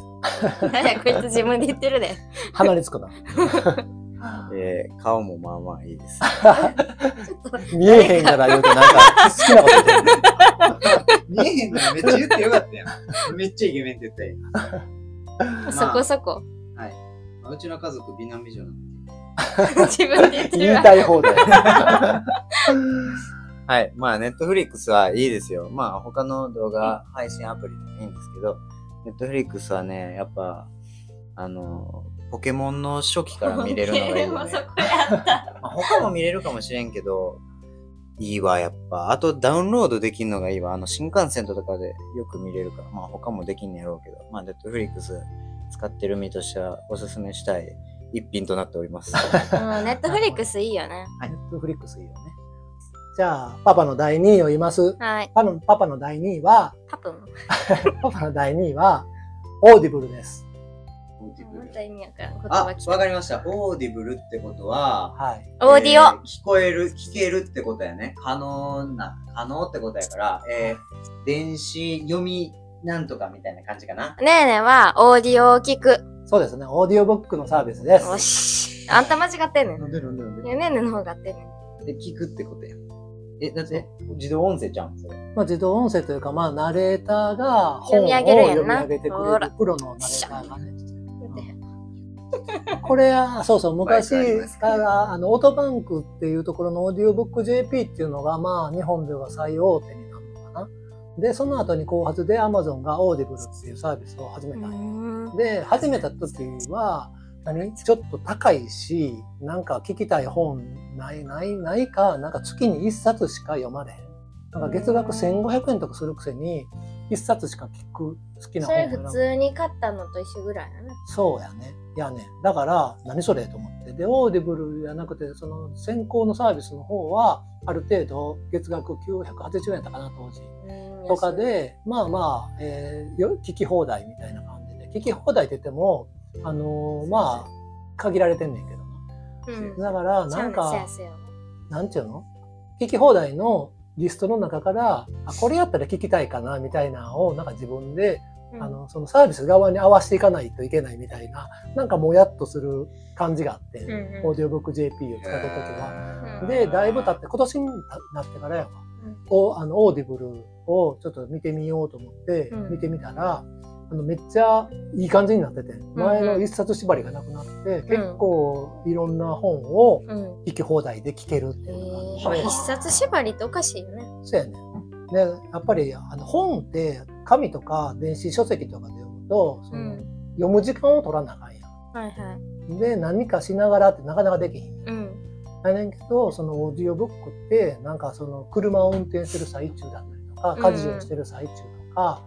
Speaker 4: なんやこいつ自分で言ってるで。
Speaker 2: 鼻につくな。
Speaker 3: えー顔もまあまあいいです。
Speaker 2: 見えへんから言うて、なんか、好きなこと言ってる。
Speaker 3: 見えへんのめっちゃ言ってよかったやん。めっちゃイケメンって言ったやん。まあ
Speaker 4: そこそこ。
Speaker 3: まあうちの家族美男美女なんで。
Speaker 4: 自分で言って
Speaker 2: 言
Speaker 4: る
Speaker 2: い
Speaker 4: わ。
Speaker 2: た い方で。
Speaker 3: はい。まあ、ネットフリックスはいいですよ。まあ、他の動画配信アプリでもいいんですけど、ネットフリックスはね、やっぱ、あの、ポケモンの初期から見れるの がいいよね。
Speaker 4: そこやった。
Speaker 3: まあ、他も見れるかもしれんけど、いいわ、やっぱ。あと、ダウンロードできんのがいいわ。あの、新幹線とかでよく見れるから、まあ、他もできんねやろうけど、まあ、ネットフリックス使ってる身としては、おすすめしたい一品となっております。
Speaker 4: うん、ネットフリックスいいよね。
Speaker 2: ネットフリックスいいよね。じゃあ、パパの第2位を言います。
Speaker 4: はい。
Speaker 2: パのパパの第2位は、
Speaker 4: 多分。
Speaker 2: パパの第2位は、オーディブルです。
Speaker 4: 本当意味わからん言
Speaker 3: あ、
Speaker 4: 葉聞
Speaker 3: わかりました。オーディブルってことは、
Speaker 2: はい。
Speaker 4: オーディオ。
Speaker 3: えー聞こえる、聞けるってことやね。可能な、可能ってことやから、えー電子読みなんとかみたいな感じかな。
Speaker 4: ねえねえは、オーディオを聞く。
Speaker 2: そうですね。オーディオブックのサービスです。
Speaker 4: おし。あんた間違ってんねん。ね
Speaker 3: でなんでなん
Speaker 4: えねえの方が合ってんねん。
Speaker 3: で、聞くってことや。え、だって、自動音声じゃん、それ。
Speaker 2: まあ、自動音声というか、まあ、ナレーターが
Speaker 4: 読
Speaker 2: 本を
Speaker 4: み上
Speaker 2: 読
Speaker 4: げるやんな
Speaker 2: み上げてく
Speaker 4: ほ
Speaker 2: れ
Speaker 4: ら
Speaker 2: るプロのナレーターがね。
Speaker 4: 待って
Speaker 2: これは、そうそう、昔
Speaker 3: バイクありますけ
Speaker 2: か
Speaker 3: ど
Speaker 2: ら、あの、オートバンクっていうところのオーディオブック JP っていうのが、まあ、日本では最大手になるのかな。で、その後に後発で Amazon がオーディブルっていうサービスを始め
Speaker 4: う
Speaker 2: たんよ
Speaker 4: ーん
Speaker 2: で、始めた時は、何ちょっと高いし、なんか聞きたい本ないないないか、なんか月に1冊しか読まれへん。なんか月額1500円とかするくせに、1冊しか聞く好きな
Speaker 4: そ
Speaker 2: 本
Speaker 4: れ
Speaker 2: を選ぶ
Speaker 4: 普通に買ったのと一緒ぐらいやな。
Speaker 2: そうやね。いやね。だから、何それと思って。で、オーディブルじゃなくて、その先行のサービスの方は、ある程度、月額980円やったかな、当時。
Speaker 4: うん
Speaker 2: とか。で、まあまあ、えーよ聞き放題みたいな感じで。聞き放題って言っても、あのーまあ、限られてんねんけど
Speaker 4: 安いうん。
Speaker 2: な。だから、
Speaker 4: ちゃ
Speaker 2: なんん
Speaker 4: とせ
Speaker 2: か
Speaker 4: や、せやわ
Speaker 2: なんていうの聞き放題のリストの中から、あ、これやったら聞きたいかな、みたいなのを、なんか自分で
Speaker 4: うん
Speaker 2: あの、そのサービス側に合わせていかないといけないみたいな、なんかもやっとする感じがあって、
Speaker 4: うんうん
Speaker 2: オーディオブック JP を使った時は。
Speaker 4: うん
Speaker 2: で、だいぶ経って、今年になってからやわ、
Speaker 4: うん
Speaker 2: おあのオーディブルをちょっと見てみようと思って
Speaker 4: う、ん
Speaker 2: 見てみたら、あのめっちゃいい感じになってて、前の一冊縛りがなくなって、結構いろんな本を
Speaker 4: うん。
Speaker 2: 聞き放題で聞けるって
Speaker 4: え
Speaker 2: いうのが、
Speaker 4: ー一冊縛りっておかしいよね。
Speaker 2: そうやね。ね、やっぱりあの本って紙とか電子書籍とかで読むと、その
Speaker 4: うん
Speaker 2: 読む時間を取らなあかんや
Speaker 4: はいはい。
Speaker 2: ん。で、何かしながらってなかなかできひん。
Speaker 4: うん。
Speaker 2: やねんけど、そのオーディオブックって、なんかその車を運転する最中だったりとか、
Speaker 4: うん
Speaker 2: 家事をしてる最中とか、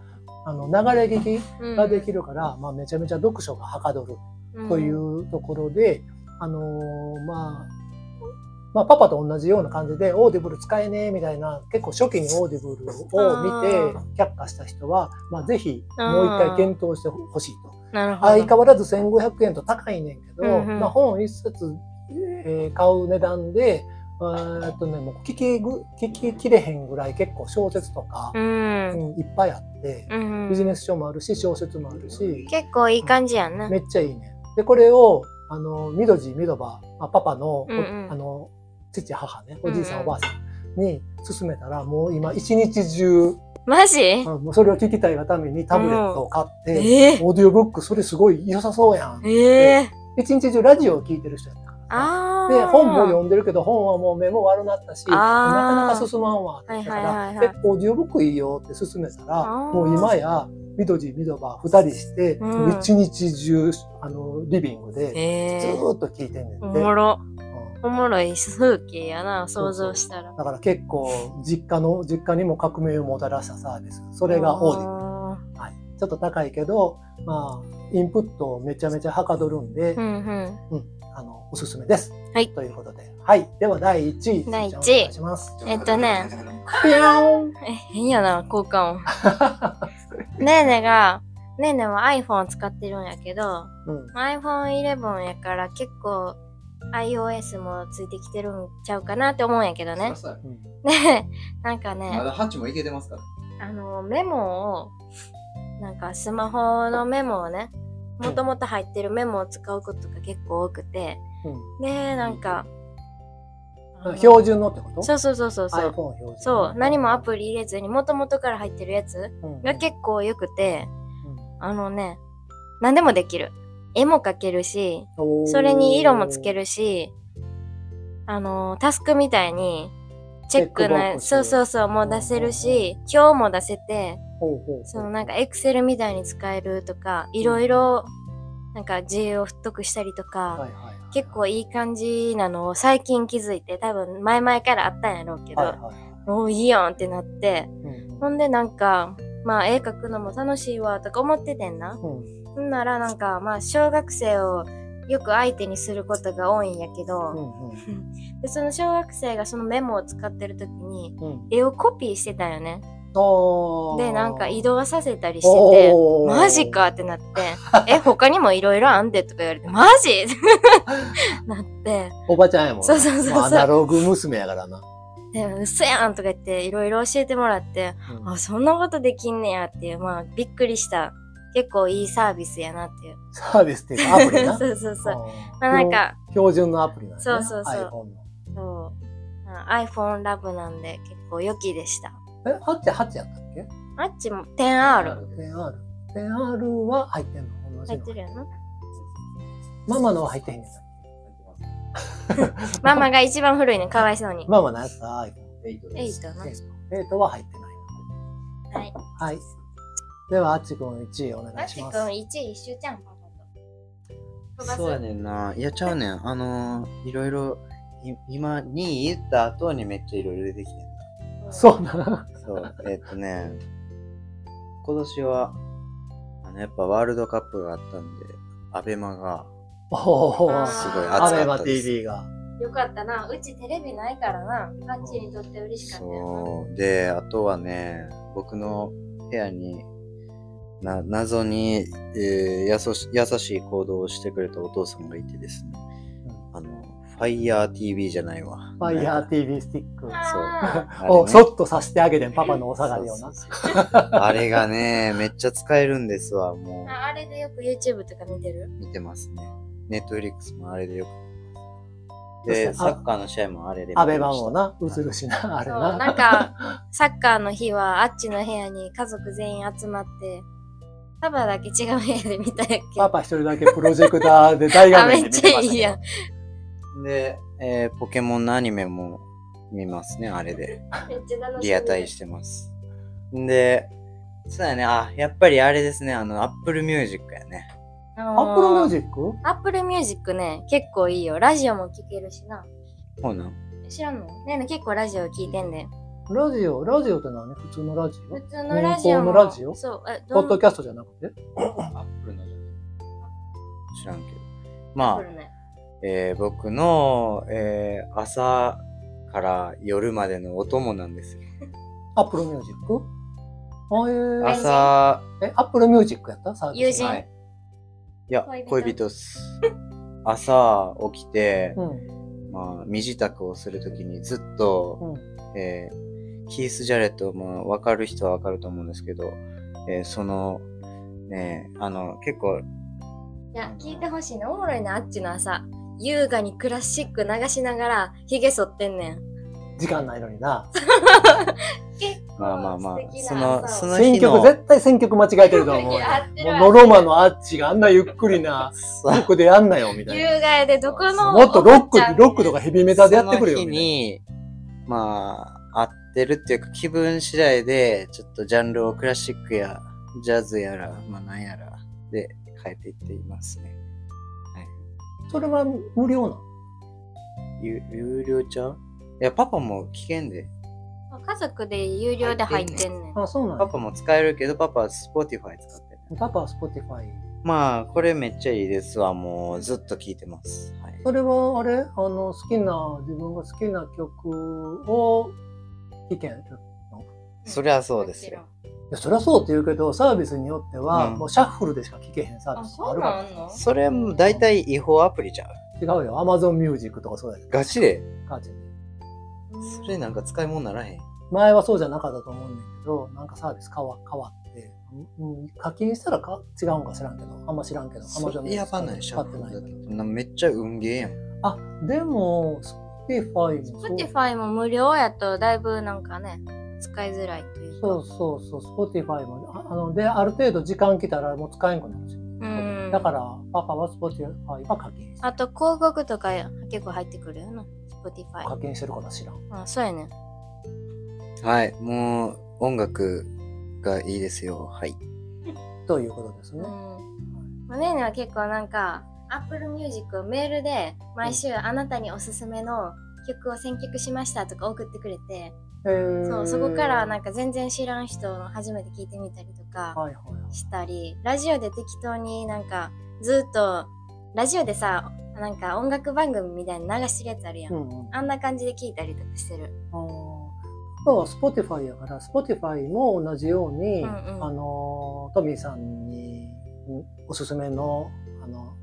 Speaker 2: あの流れ聞き
Speaker 4: うん
Speaker 2: ができるから、まあめちゃめちゃ読書がはかどる
Speaker 4: ん
Speaker 2: というところで、あのーまあ、まあ、パパと同じような感じで、オーディブル使えねえみたいな、結構初期にオーディブルを見て、却下した人は、まあ、ぜひ、もう一回検討してほしいと。
Speaker 4: なるほど。
Speaker 2: 相変わらず1500円と高いねんけど、
Speaker 4: うんうん
Speaker 2: まあ、本一冊、えー買う値段で、えーっとね、もう聞きぐ、聞ききれへんぐらい結構小説とか、
Speaker 4: うん。
Speaker 2: うんいっぱいあって、
Speaker 4: うん
Speaker 2: ビジネス書もあるし、小説もあるし、
Speaker 4: 結構いい感じやんな。
Speaker 2: めっちゃいいね。で、これを、あの、みどじ、みどば、まあ、パパの、
Speaker 4: うんうん
Speaker 2: おあの、父、母ね、おじいさ
Speaker 4: うんう
Speaker 2: ん、お
Speaker 4: ん
Speaker 2: ばあさんに勧めたら、もう今、一日中、
Speaker 4: マジ
Speaker 2: あもうそれを聞きたいがためにタブレットを買って、
Speaker 4: ええ
Speaker 2: オーディオブック、それすごい良さそうやん。
Speaker 4: ええ
Speaker 2: 一日中ラジオを聞いてる人やったからさ。
Speaker 4: ああ。
Speaker 2: で、本も読んでるけど、本はもう目も悪なったし、
Speaker 4: あー
Speaker 2: なかなか進まんわって言ったか
Speaker 4: はいはい
Speaker 2: ら、
Speaker 4: はいはい
Speaker 2: え、オーディオブックいいよって勧めたら、
Speaker 4: あー
Speaker 2: もう今や、みどじ、みどば、二人して、
Speaker 4: うん
Speaker 2: 一日中、あの、リビングで、ず
Speaker 4: ええ
Speaker 2: ーっと聞いてんねんて、
Speaker 4: お
Speaker 2: うん
Speaker 4: もろ。おもろい風景やな、想像したら。
Speaker 2: だから結構実家の実家にも革命をもたらしたサービスそれがオーディブはい、ちょっと高いけどまあインプットをめちゃめちゃはかどるんで、
Speaker 4: うんうん。
Speaker 2: ああの、おすすめです。
Speaker 4: はい
Speaker 2: ということで。はい。では、第1位。
Speaker 4: 第一位
Speaker 2: スイちゃんお願いします。
Speaker 4: えっとね。
Speaker 2: ぴょん。
Speaker 4: え、変やな、交換音。ねーねが、ねーねは iPhone を使ってるんやけど、
Speaker 2: うん。
Speaker 4: iPhone11 やから結構 iOS もついてきてるんちゃうかなって思うんやけどね。
Speaker 2: うん
Speaker 4: ね、なんかね、
Speaker 3: まだハチもいけてますから。
Speaker 4: あのメモをなんかスマホのメモをねもともと入ってるメモを使うことが結構多くて
Speaker 2: うん
Speaker 4: でなんかあの
Speaker 2: 標準のってこと
Speaker 4: そうそうそうそうそう
Speaker 2: iPhone 標準。
Speaker 4: そう何もアプリ入れずにもともとから入ってるやつ
Speaker 2: うん
Speaker 4: が結構よくて
Speaker 2: うん
Speaker 4: あのね何でもできる絵も描けるし
Speaker 2: おー
Speaker 4: それに色もつけるしあのタスクみたいにチェック
Speaker 2: チェックボッ
Speaker 4: の
Speaker 2: クス
Speaker 4: そうそうそうもう出せるし表も出せて
Speaker 2: ほうほう
Speaker 4: そのなんかエクセルみたいに使えるとかいろいろなんか自由を太くしたりとか、
Speaker 2: はいはいはい
Speaker 4: 結構いい感じなのを最近気づいて多分前々からあったんやろうけど、
Speaker 2: はいはいはい
Speaker 4: おおいいやんってなって
Speaker 2: うん
Speaker 4: ほんでなんかまあ絵描くのも楽しいわとか思っててんな
Speaker 2: うん
Speaker 4: ほんならなんかまあ小学生をよく相手にすることが多いんやけ
Speaker 2: う
Speaker 4: ど、
Speaker 2: んうん
Speaker 4: でその小学生がそのメモを使ってる時に
Speaker 2: うん
Speaker 4: 絵をコピーしてたんよね
Speaker 2: あー
Speaker 4: でなんか移動させたりしてて
Speaker 2: おー
Speaker 4: マジかってなって、え、他にもいろいろあんでとか言われて、マジ ってなって、
Speaker 2: おばちゃんやもんな
Speaker 4: そうそうそうそう
Speaker 2: まあアナログ娘やからな
Speaker 4: でも嘘やんとか言っていろいろ教えてもらって、
Speaker 2: うん
Speaker 4: あ、そんなことできんねやっていう、まあびっくりした。結構いいサービスやなっていう。
Speaker 2: サービスっていうかアプリ な
Speaker 4: そうそうそう。
Speaker 2: うん
Speaker 4: まあなんか、
Speaker 2: 標準のアプリなんだね
Speaker 4: そうそうそう
Speaker 2: iPhone の
Speaker 4: そうまあ iPhone ラブなんで結構良きでした。
Speaker 2: えハッチハッチやったっけ
Speaker 4: あっちも 10R
Speaker 2: 10R 10R は入ってんの同じ
Speaker 4: 入
Speaker 2: の
Speaker 4: ってるやな。
Speaker 2: ママのは入ってへんねん
Speaker 4: ママが一番古いのかわいそうに。
Speaker 2: ママのやつは iPhone
Speaker 4: 8な。
Speaker 2: 8は入ってない
Speaker 4: はい。
Speaker 2: はいではあっちくん1位お願
Speaker 1: マ
Speaker 2: い
Speaker 1: ッ
Speaker 2: し
Speaker 1: チ
Speaker 2: ま
Speaker 1: 君
Speaker 2: す
Speaker 1: 1位一周ちゃんパパと。
Speaker 3: そうやねんな。いや、ちゃうねん。あのー、いろいろ、い今、2位言った後にめっちゃいろいろ出てきてん
Speaker 2: そうな
Speaker 3: な。そう、えっとね、今年は、あの、やっぱワールドカップがあったんで、アベマが
Speaker 2: おお
Speaker 1: あー
Speaker 3: すごい熱
Speaker 2: ア
Speaker 3: か
Speaker 2: ベ
Speaker 3: っ
Speaker 2: マ
Speaker 3: たです
Speaker 2: TV が
Speaker 1: よかったな。うちテレビないからな。マッチにとって嬉しかったよ
Speaker 3: そう。で、あとはね、僕の部屋に、な謎に、えーやそし優しい行動をしてくれたお父さんがいてですね、あの、FireTV じゃないわ。
Speaker 2: ファイヤー TV スティック
Speaker 1: な。
Speaker 3: そう
Speaker 1: あ
Speaker 3: あれね
Speaker 2: をそっとさせてあげてんパパのお下がりをな
Speaker 3: そうそうそうあれがね、めっちゃ使えるんですわ、も
Speaker 4: ああれでよく YouTube とか見てる
Speaker 3: う。見てますね。ネットフリックスもあれでよく見ます。
Speaker 2: そ
Speaker 3: で、
Speaker 2: して
Speaker 3: サ
Speaker 2: あ
Speaker 3: ッカーの試合もあれで見ま
Speaker 2: ア
Speaker 3: した
Speaker 2: ベマもな映るしなあれ
Speaker 4: そう
Speaker 2: な
Speaker 4: なんかサッカーの日はあっちの部屋に家族全員集まってパパだけ違う部屋で見たやっけ
Speaker 2: パパ一人だけプロジェクターで大画
Speaker 4: あめ
Speaker 2: 面で
Speaker 4: っ
Speaker 2: 見て
Speaker 4: ちゃ
Speaker 2: ま
Speaker 4: いい
Speaker 2: したけど
Speaker 4: やん
Speaker 3: で、えーポケモンのアニメも見ますね、あれで。
Speaker 1: ーめっちゃ楽しみ。
Speaker 3: リアタイしてます。で、そうやね、あ、やっぱりあれですね、あの、Apple Music やね。
Speaker 2: アップルミュー
Speaker 4: ジック
Speaker 2: ジック
Speaker 4: アップルミュージックね結構いいよラジオも聴けるしな
Speaker 3: ほうなん。
Speaker 4: 知らんのねえねえ結構ラジオ聴いてんね
Speaker 2: ラジオラジオって何普通のラジ
Speaker 4: 普
Speaker 2: オ
Speaker 4: 通のラジオ
Speaker 2: 民
Speaker 4: も
Speaker 2: 放のラジオ
Speaker 4: そうえ
Speaker 2: ポ
Speaker 4: ど
Speaker 2: ッド
Speaker 4: ん
Speaker 2: キャストじゃなくて
Speaker 3: Apple の知らんけど。
Speaker 1: アッ
Speaker 3: ま
Speaker 1: プ
Speaker 3: あ
Speaker 1: ル、ね。
Speaker 3: えー僕の、えー朝から夜までのお供なんですよ。
Speaker 2: アップルミュージックあえー
Speaker 3: 朝、
Speaker 2: え、アップルミュージックやったサービス
Speaker 4: 友人
Speaker 3: はい。いや、
Speaker 1: 恋
Speaker 3: 恋
Speaker 1: 人
Speaker 3: 人っす。 朝起きて、
Speaker 2: うん。
Speaker 3: まあ、身支度をするときにずっと、
Speaker 2: うん。
Speaker 3: えーキース・ジャレットも分かる人は分かると思うんですけど、えーその、ね、あの、結構、
Speaker 4: いや聞いてほしいなおもろいなあっちの朝優雅にクラシック流しながらひげ剃ってんねん
Speaker 2: 時間ないのにな。
Speaker 1: 結構
Speaker 3: まあまあまあ
Speaker 1: 素敵、な
Speaker 3: その、その
Speaker 2: 選
Speaker 3: 日の
Speaker 2: 曲、、絶対選曲間違えてると思うよ。
Speaker 1: いや合ってる
Speaker 2: もうノロマのアッチがあんなゆっくりな
Speaker 3: そう
Speaker 2: 曲でやんなよ、みたい
Speaker 4: 優
Speaker 2: な。
Speaker 4: 雅やでどこの
Speaker 2: もっとロッ
Speaker 4: おばちゃん
Speaker 2: ク、ロックとかヘビメタでやってくれよ。
Speaker 3: その日
Speaker 2: みたい
Speaker 3: に、まあ、合ってるっていうか、気分次第で、ちょっとジャンルをクラシックや、ジャズやら、まあ、なんやら、で、変えていっていますね。
Speaker 2: なそれは無料なの
Speaker 3: ゆ、有料ちゃういや、パパも危険で。
Speaker 4: 家族で有料で入ってんねん。
Speaker 2: あ、そうなん
Speaker 3: パ
Speaker 2: や
Speaker 3: パも使えるけど、パパは Spotify 使ってる。
Speaker 2: パパは Spotify。
Speaker 3: まあ、これめっちゃいいですわ。もうずっと聞いてます。はい。
Speaker 2: それはあれあの好きな自分が好きな曲を聴けんい
Speaker 3: そりゃそうですよ。
Speaker 2: やそりゃそうって言うけどサービスによっては、
Speaker 3: うん
Speaker 2: もうシャッフルでしか聴けへんサー
Speaker 1: あ、
Speaker 2: ビス
Speaker 1: そ
Speaker 2: もあ
Speaker 1: う
Speaker 2: るか
Speaker 1: な
Speaker 2: ら
Speaker 1: んの
Speaker 3: それも大体違法アプリじゃん。
Speaker 2: 違うよ Amazon Music とかそうやで
Speaker 3: ガチで。
Speaker 2: 感じ
Speaker 3: それなんか使い物にならへん。
Speaker 2: 前はそうじゃなかったと思うんだけどなんかサービス変わ変わって、うん、課金したらか違うんか知らんけどあんま知らんけど
Speaker 3: それやばない、シャ
Speaker 2: 使
Speaker 3: ッ
Speaker 2: っ
Speaker 3: フ
Speaker 2: てない
Speaker 3: ルだとなめっちゃ運ゲーやん。
Speaker 2: あでも Spotify もそう
Speaker 4: Spotify も無料やとだいぶなんかね使いづらいというか
Speaker 2: そうそうそう、Spotify も。ああので、ある程度時間来たらもう使えんくなるし。
Speaker 4: うん
Speaker 2: だから、パパは Spotify は課金して
Speaker 4: あと広告とか結構入ってくるよな Spotify
Speaker 2: 課金してるから知らん。
Speaker 4: あそうやね
Speaker 3: はい、もう音楽がいいですよ。はい。
Speaker 2: ということです
Speaker 4: うん
Speaker 2: ね。
Speaker 4: まあねえねは結構なんか Apple Music をメールで毎週あなたにおすすめの曲を選曲しましたとか送ってくれて、
Speaker 2: えー
Speaker 4: そうそこからなんか全然知らん人の初めて聞いてみたりとか、
Speaker 2: はいはいはい。
Speaker 4: したりラジオで適当になんかずっとラジオでさなんか音楽番組みたいに流してるやつあるやん、
Speaker 2: うんうん。あ
Speaker 4: あんな感じで聞いたりとかしてる
Speaker 2: ーパパは Spotify やから、Spotify も同じように、
Speaker 4: うんうん
Speaker 2: あのー、トミーさんにうんおすすめの、あの、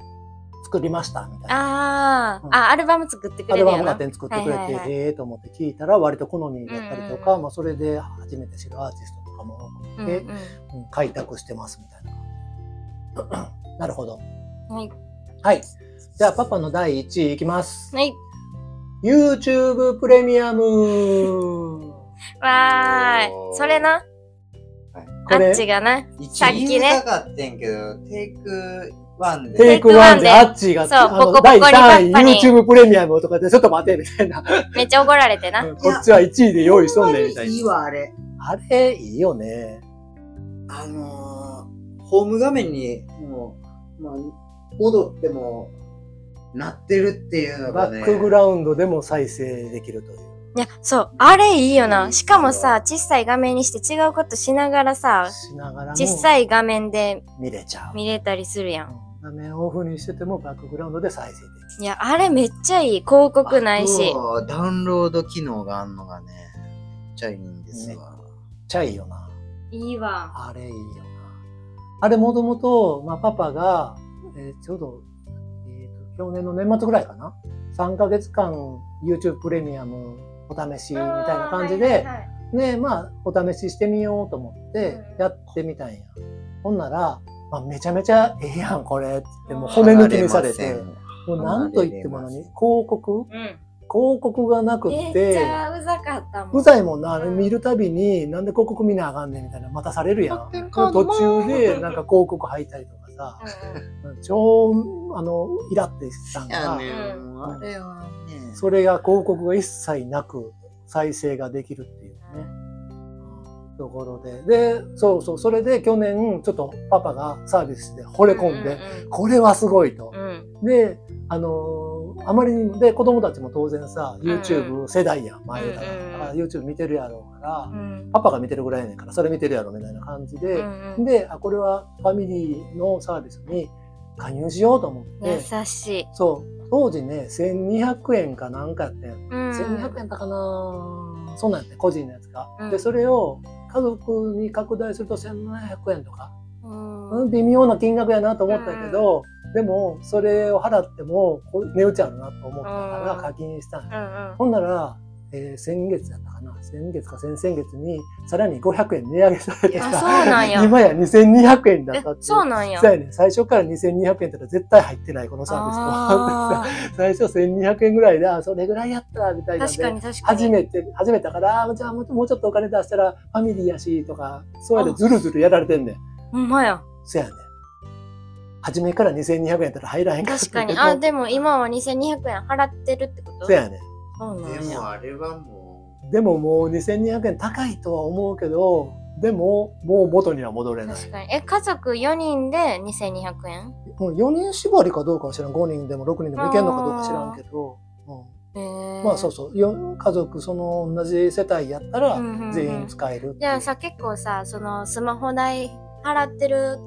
Speaker 2: 作りましたみたいな。
Speaker 4: あー、
Speaker 2: うん
Speaker 4: あアルバム作ってく
Speaker 2: ア
Speaker 4: れる
Speaker 2: ルバ
Speaker 4: や
Speaker 2: ム
Speaker 4: ん
Speaker 2: 勝手に作ってくれて、
Speaker 4: はいはいはい
Speaker 2: ええと思って聞いたら割と好みだったりと
Speaker 4: う
Speaker 2: か、
Speaker 4: んうんうん
Speaker 2: まあ、それで初めて知るアーティストとかも多くて、
Speaker 4: うんうん
Speaker 2: うん開拓してますみたいな感じ。 なるほど。
Speaker 4: はい
Speaker 2: はい。じゃあ、パパの第1位いきます。
Speaker 4: はい
Speaker 2: YouTube プレミアム。
Speaker 4: わ
Speaker 3: お
Speaker 4: ー
Speaker 3: ー
Speaker 4: いそれな
Speaker 2: これ
Speaker 4: あっちがな
Speaker 3: 一
Speaker 4: さっきね
Speaker 3: 言いたかってんけど、テイクワン
Speaker 2: テイ
Speaker 3: で。
Speaker 2: クワンで、あっちが、
Speaker 4: そう
Speaker 2: あ
Speaker 4: ボコボコ
Speaker 2: の、第
Speaker 4: に
Speaker 2: 3位、
Speaker 4: パパに
Speaker 2: YouTube プレミアムとかで、ちょっと待て、みたいな。
Speaker 4: めっちゃ怒られてな
Speaker 2: こっちは1位で用意しとんで、みたい
Speaker 3: いい
Speaker 2: な。
Speaker 3: わ、あれ。
Speaker 2: あれ、いいよね。
Speaker 3: あのー、ホーム画面に、もう、まあ、戻っても、なってるっていうのが
Speaker 2: バ
Speaker 3: ね。
Speaker 2: ックグラウンドでも再生できるという。
Speaker 4: いやそうあれいいよ
Speaker 3: いい
Speaker 4: なしかもさ小さい画面にして違うことしながらさ
Speaker 2: しながらも
Speaker 4: 小さい画面で
Speaker 2: 見れちゃう。
Speaker 4: 見れたりするやん
Speaker 2: 画面をオフにしててもバックグラウンドで再生できる。
Speaker 4: いやあれめっちゃいい広告ないし
Speaker 3: そうダウンロード機能があんのがね、めっちゃいいんですわ。
Speaker 2: めっちゃいいよな。
Speaker 1: いいわ。
Speaker 2: あれいいよな。あれもともと、まあ、パパが、えーちょうど、えーと去年の年末ぐらいかな3ヶ月間 YouTube プレミアムお試しみたいな感じで、
Speaker 1: あーはいはいはい
Speaker 2: ねまあお試ししてみようと思って
Speaker 1: うん
Speaker 2: やってみたんや、ほんなら、まあ、めちゃめちゃええやんこれっつってもう骨抜きにされて
Speaker 3: 離
Speaker 2: も
Speaker 3: ま
Speaker 2: う何と言っても何
Speaker 3: 離れ
Speaker 2: 広告
Speaker 1: うん。
Speaker 2: 広告がなくって、
Speaker 1: めっちゃうざかったもん。
Speaker 2: うざいもんな、あれ見るたびに、なんで広告見なあかんねんみたいな、待たされるやん。
Speaker 3: 待ってるかな
Speaker 2: 途中で、なんか広告入ったりとかさ、超、あの、イラってしたん
Speaker 3: せんわ
Speaker 2: が、
Speaker 3: いやね、
Speaker 1: うん
Speaker 3: もうあれはね、
Speaker 2: それが広告が一切なく、再生ができるっていうね。ところで。で、そうそう、それで去年、ちょっとパパがサービスで惚れ込んで、これはすごいと
Speaker 4: う。んうんうん
Speaker 2: で、あのーあまりにも、で、子供たちも当然さ、YouTube 世代やん、前だか
Speaker 4: うんうんう
Speaker 2: ら。
Speaker 4: ん
Speaker 2: だから YouTube 見てるやろうから、
Speaker 4: うん
Speaker 2: パパが見てるぐらいやねんから、それ見てるやろみたいな感じ
Speaker 4: う
Speaker 2: で、
Speaker 4: んうん
Speaker 2: で、あ、これはファミリーのサービスに加入しようと思って、
Speaker 4: 優しい。
Speaker 2: そう、当時ね、1200円かなんかやってん。
Speaker 4: うん
Speaker 2: 1200円だかなそんなんやってん、個人のやつが。
Speaker 4: うん
Speaker 2: で、それを家族に拡大すると1700円とか、
Speaker 4: うん
Speaker 2: うん、微妙な金額やなと思ったけど、でも、それを払っても、こう値打ちあるなと思ったから
Speaker 4: うん
Speaker 2: 課金したんや。
Speaker 4: うんうん
Speaker 2: ほんなら、えー先月だったかな先月か先々月にさらに500円値上げされて
Speaker 4: あ、
Speaker 2: さ
Speaker 4: そうなんや。
Speaker 2: 今や2200円だ
Speaker 4: え
Speaker 2: ったってい
Speaker 4: そうなんや
Speaker 2: そう。やねん最初から2200円ってのは絶対入ってないこのサービスは
Speaker 4: あ
Speaker 2: 最初1200円ぐらいであそれぐらいやったらみたい
Speaker 4: ー
Speaker 2: なん
Speaker 4: 確
Speaker 2: で
Speaker 4: かに確かに。
Speaker 2: 初めて始めたからあーじゃあもうもうちょっとお金出したらファミリーやしとかそうやでずるずるやられてんねん
Speaker 4: ほんまや。
Speaker 2: そやねん初めから2200円やったら入らへんから
Speaker 4: 確かに。あ、でも今は2200円払ってるってこと
Speaker 2: そやねん
Speaker 4: そうな
Speaker 3: で
Speaker 4: んや。
Speaker 3: もあれはも
Speaker 2: でももう2200円高いとは思うけど、でももう元には戻れない。
Speaker 4: 確かに。え、家族4人で2200円
Speaker 2: もう4人縛りかどうかは知らん、5人でも6人でもいけんのかどうか知らんけど、
Speaker 4: へ
Speaker 2: う
Speaker 4: ー
Speaker 2: ん、まあそうそう、よ家族その同じ世帯やったら
Speaker 4: うんうんうん
Speaker 2: 全員使えるっていう
Speaker 4: じゃあさ、結構さ、そのスマホ代払ってる、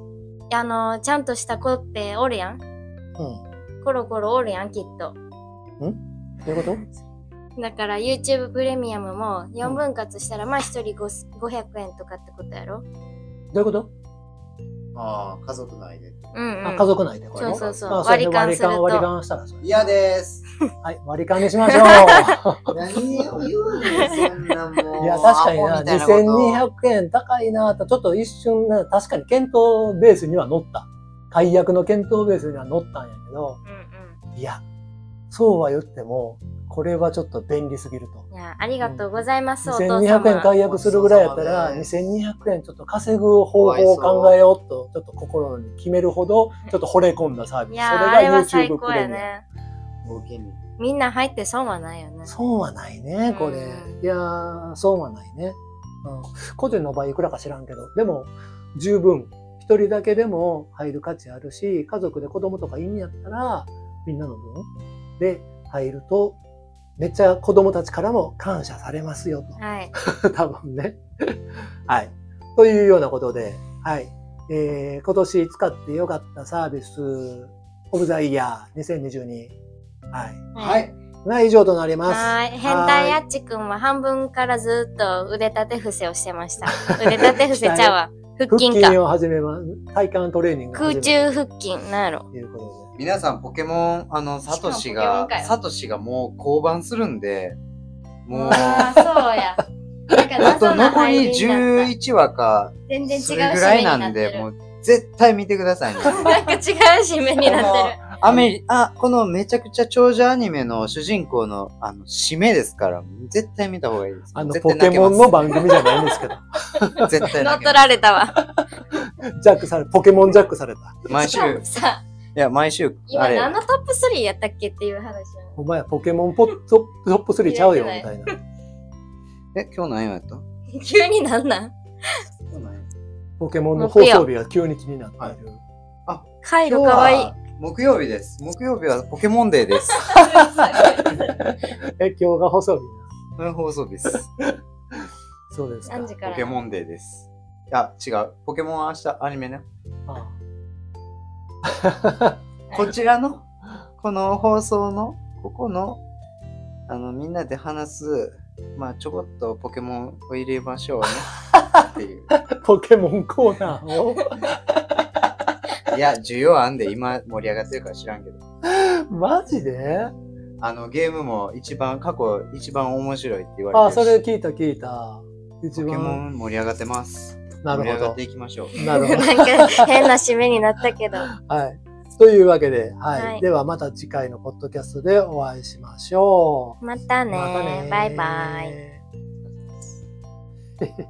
Speaker 4: あの、ちゃんとした子っておるやん。
Speaker 2: うん、
Speaker 4: コロコロおるやん、きっと。
Speaker 2: どういうこと
Speaker 4: だから YouTube プレミアムも4分割したらまあ1人5 500円とかってことやろ
Speaker 2: どういうこと、
Speaker 5: ああ、家族内で。
Speaker 4: うん、うん。
Speaker 2: あ家族内でこれね
Speaker 4: そうそうそう
Speaker 2: あそれで
Speaker 4: 割り勘すると
Speaker 2: 割り勘したらそれ
Speaker 5: 嫌です。
Speaker 2: はい、割り勘にしましょう。
Speaker 5: 何を言うのそんなもう。
Speaker 2: いや、確かに
Speaker 5: アホ
Speaker 2: な、
Speaker 5: みたいこと
Speaker 2: 2200円高いなと、ちょっと一瞬な、確かに検討ベースには乗った。解約の検討ベースには乗ったんやけど、
Speaker 4: うん
Speaker 2: いや、そうは言っても、これはちょっと便利すぎると。
Speaker 4: うん。いや、ありがとうございます、お父様。
Speaker 2: 2200円解約するぐらいやったら、
Speaker 5: お父
Speaker 2: 2200円ちょっと稼ぐ方法を考えようと、ちょっと心に決めるほど、ちょっと惚れ込んだサービ
Speaker 4: い
Speaker 2: ス。
Speaker 4: やー、あれは
Speaker 2: それ
Speaker 4: 最
Speaker 2: が YouTube
Speaker 4: 高
Speaker 2: プレ
Speaker 4: や
Speaker 2: ミアム。
Speaker 4: ね。
Speaker 5: 冒険に
Speaker 4: みんな入って損はないよね。
Speaker 2: 損はないね、これ。
Speaker 4: う
Speaker 2: いやー、損はないね。うん。個人の場合いくらか知らんけど、でも、十分。一人だけでも入る価値あるし、家族で子供とかいいんやったら、みんなの分で入ると、めっちゃ子供たちからも感謝されますよと。
Speaker 4: はい。
Speaker 2: 多分ね。はい。というようなことで、はい。えー今年使ってよかったサービス、オブザイヤー2022。はい。
Speaker 5: は。い。
Speaker 2: が以上となります。
Speaker 4: はい。変態やっちくんは半分からずっと腕立て伏せをしてま した。腕立て伏せちゃうわ。腹
Speaker 2: 腹
Speaker 4: 筋
Speaker 2: 筋
Speaker 4: か。
Speaker 2: を始めます。体幹トレーニングを始
Speaker 4: 空
Speaker 2: め
Speaker 4: 中腹筋。なんやろ。
Speaker 2: ということ
Speaker 3: 皆さんポケモン、あの、サトシが
Speaker 4: しかもポケモンか、よ
Speaker 3: サトシがもう降板するんで、もう、
Speaker 4: あー、そうや。なんか
Speaker 3: あと
Speaker 4: 謎な
Speaker 3: 残
Speaker 4: 入
Speaker 3: り
Speaker 4: りだった。
Speaker 3: 11話か、
Speaker 4: 全然違う
Speaker 3: そ
Speaker 4: 締
Speaker 3: れぐら
Speaker 4: め
Speaker 3: い
Speaker 4: に
Speaker 3: な
Speaker 4: なっ
Speaker 3: ん
Speaker 4: て
Speaker 3: で、
Speaker 4: る。
Speaker 3: もう絶対見てくださいね。
Speaker 4: なんか違う締めになってる。
Speaker 3: アメリ、あ、このめちゃくちゃ長寿アニメの主人公の、あの、締めですから、絶対見た方がいいです。
Speaker 2: あの、
Speaker 3: 絶
Speaker 2: ポ
Speaker 3: 対
Speaker 2: ケ
Speaker 3: 泣けま
Speaker 2: モ
Speaker 3: す
Speaker 2: ンの番組じゃない んですけど、
Speaker 3: 絶
Speaker 4: 乗っ
Speaker 3: 対泣けま
Speaker 4: 取られたわ。
Speaker 2: ジャックされ、ポケモンジャックされた。
Speaker 3: す。毎
Speaker 4: し
Speaker 3: 週、
Speaker 4: か
Speaker 3: い
Speaker 4: もさ、
Speaker 3: や、毎週、あ
Speaker 4: 今
Speaker 3: れ、
Speaker 4: 何のトップ3やったっけっていう話を。
Speaker 2: お前ポケモンポットトップ3ちゃうよ、み
Speaker 4: 入れ
Speaker 2: たいな。
Speaker 3: え、今日何曜やった
Speaker 4: 急になんなん
Speaker 2: ポケモンの放送日が急に気になっている。
Speaker 4: カイ
Speaker 3: 今
Speaker 4: ロ
Speaker 3: 日
Speaker 4: かわいい。
Speaker 3: は木曜日です。木曜日はポケモンデ ーです。
Speaker 2: え、今日が放送日
Speaker 3: これ放送日です。
Speaker 2: そうですか。
Speaker 4: 何時か
Speaker 3: ポ
Speaker 4: ら
Speaker 3: ケモンデーです。いや、違う。ポケモンは明日アニメね。
Speaker 2: あ
Speaker 3: こちらの、この放送の、ここの、あの、みんなで話す、まあ、ちょこっとポケモンを入れま しょうね。っていう。
Speaker 2: あ ポケモンコーナ ーを
Speaker 3: いや、需要あんで、今盛り上がってるから知らんけど。
Speaker 2: マジで
Speaker 3: あの、ゲームも一番、過去一番面白いって言われてる
Speaker 2: あ、
Speaker 3: し。
Speaker 2: それ聞いた聞いた。一
Speaker 3: ポケモ
Speaker 2: 番。
Speaker 3: ン盛り上がってます。
Speaker 2: な
Speaker 3: 盛り
Speaker 2: る
Speaker 3: 上がっ
Speaker 2: ほ
Speaker 3: ていきましょう。
Speaker 2: ど。なるほど。
Speaker 4: なんか変な締めになったけど。
Speaker 2: はい。というわけで、はい。
Speaker 4: はい
Speaker 2: ではまた次回のポッドキャストでお会いしましょう。
Speaker 4: またね
Speaker 2: またね
Speaker 4: バイバイ。
Speaker 2: イ。